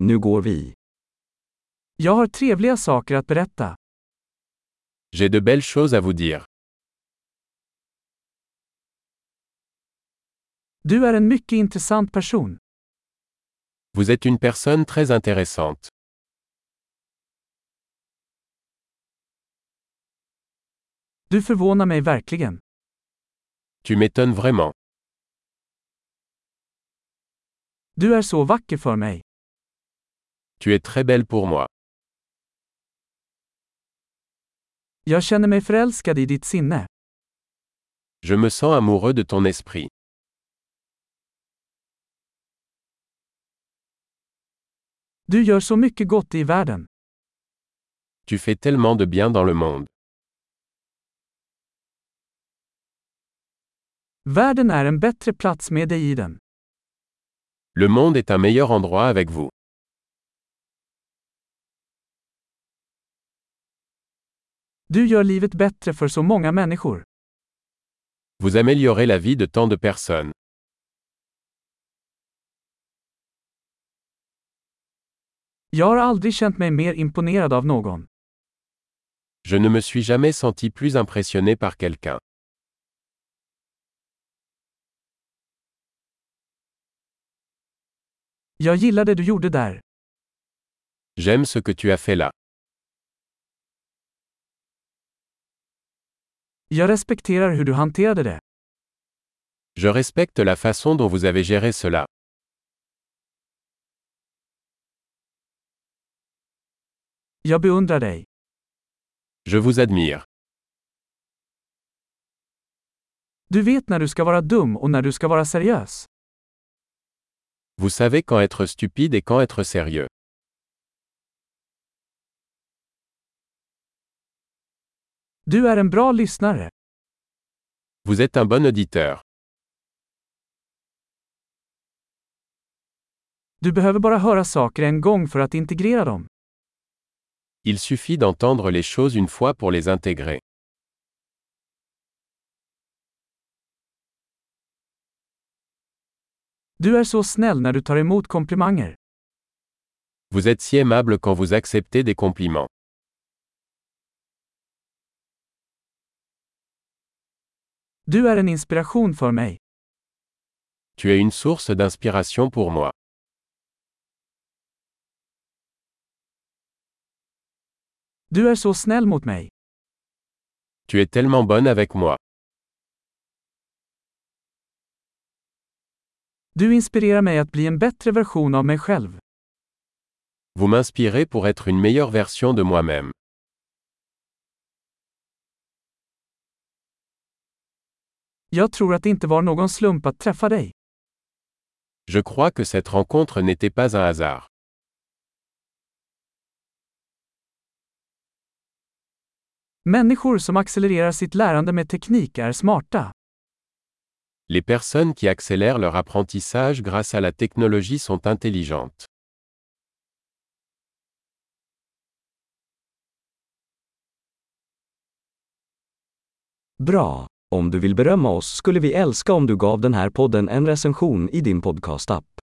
Nu går vi. Jag har trevliga saker att berätta. J'ai de belles choses à vous dire. Du är en mycket intressant person. Vous êtes une personne très intéressante. Du förvånar mig verkligen. Tu m'étonnes vraiment. Du är så vacker för mig. Tu es très belle pour moi. Jag känner mig förälskad i ditt sinne. Je me sens amoureux de ton esprit. Du gör så mycket gott i världen. Tu fais tellement de bien dans le monde. Världen är en bättre plats med dig i den. Le monde est un meilleur endroit avec vous. Du gör livet bättre för så många människor. Vous améliorez la vie de tant de personnes. Jag har aldrig känt mig mer imponerad av någon. Je ne me suis jamais senti plus impressionné par quelqu'un. Jag gillar det du gjorde där. J'aime ce que tu as fait là. Jag respekterar hur du hanterade det. Je respecte la façon dont vous avez géré cela. Jag beundrar dig. Je vous admire. Du vet när du ska vara dum och när du ska vara seriös. Vous savez quand être stupide et quand être sérieux. Du är en bra lyssnare. Vous êtes un bon auditeur. Du behöver bara höra saker en gång för att integrera dem. Il suffit d'entendre les choses une fois pour les intégrer. Du är så snäll när du tar emot komplimanger. Vous êtes si aimable quand vous acceptez des compliments. Du är en inspiration för mig. Tu es une source d'inspiration pour moi. Du är så snäll mot mig. Tu es tellement bonne avec moi. Du inspirerar mig att bli en bättre version av mig själv. Vous m'inspirez pour être une meilleure version de moi-même. Jag tror att det inte var någon slump att träffa dig. Je crois que cette rencontre n'était pas un hasard. Människor som accelererar sitt lärande med teknik är smarta. Les personnes qui accélèrent leur apprentissage grâce à la technologie sont intelligentes. Bra! Om du vill berömma oss skulle vi älska om du gav den här podden en recension i din podcastapp.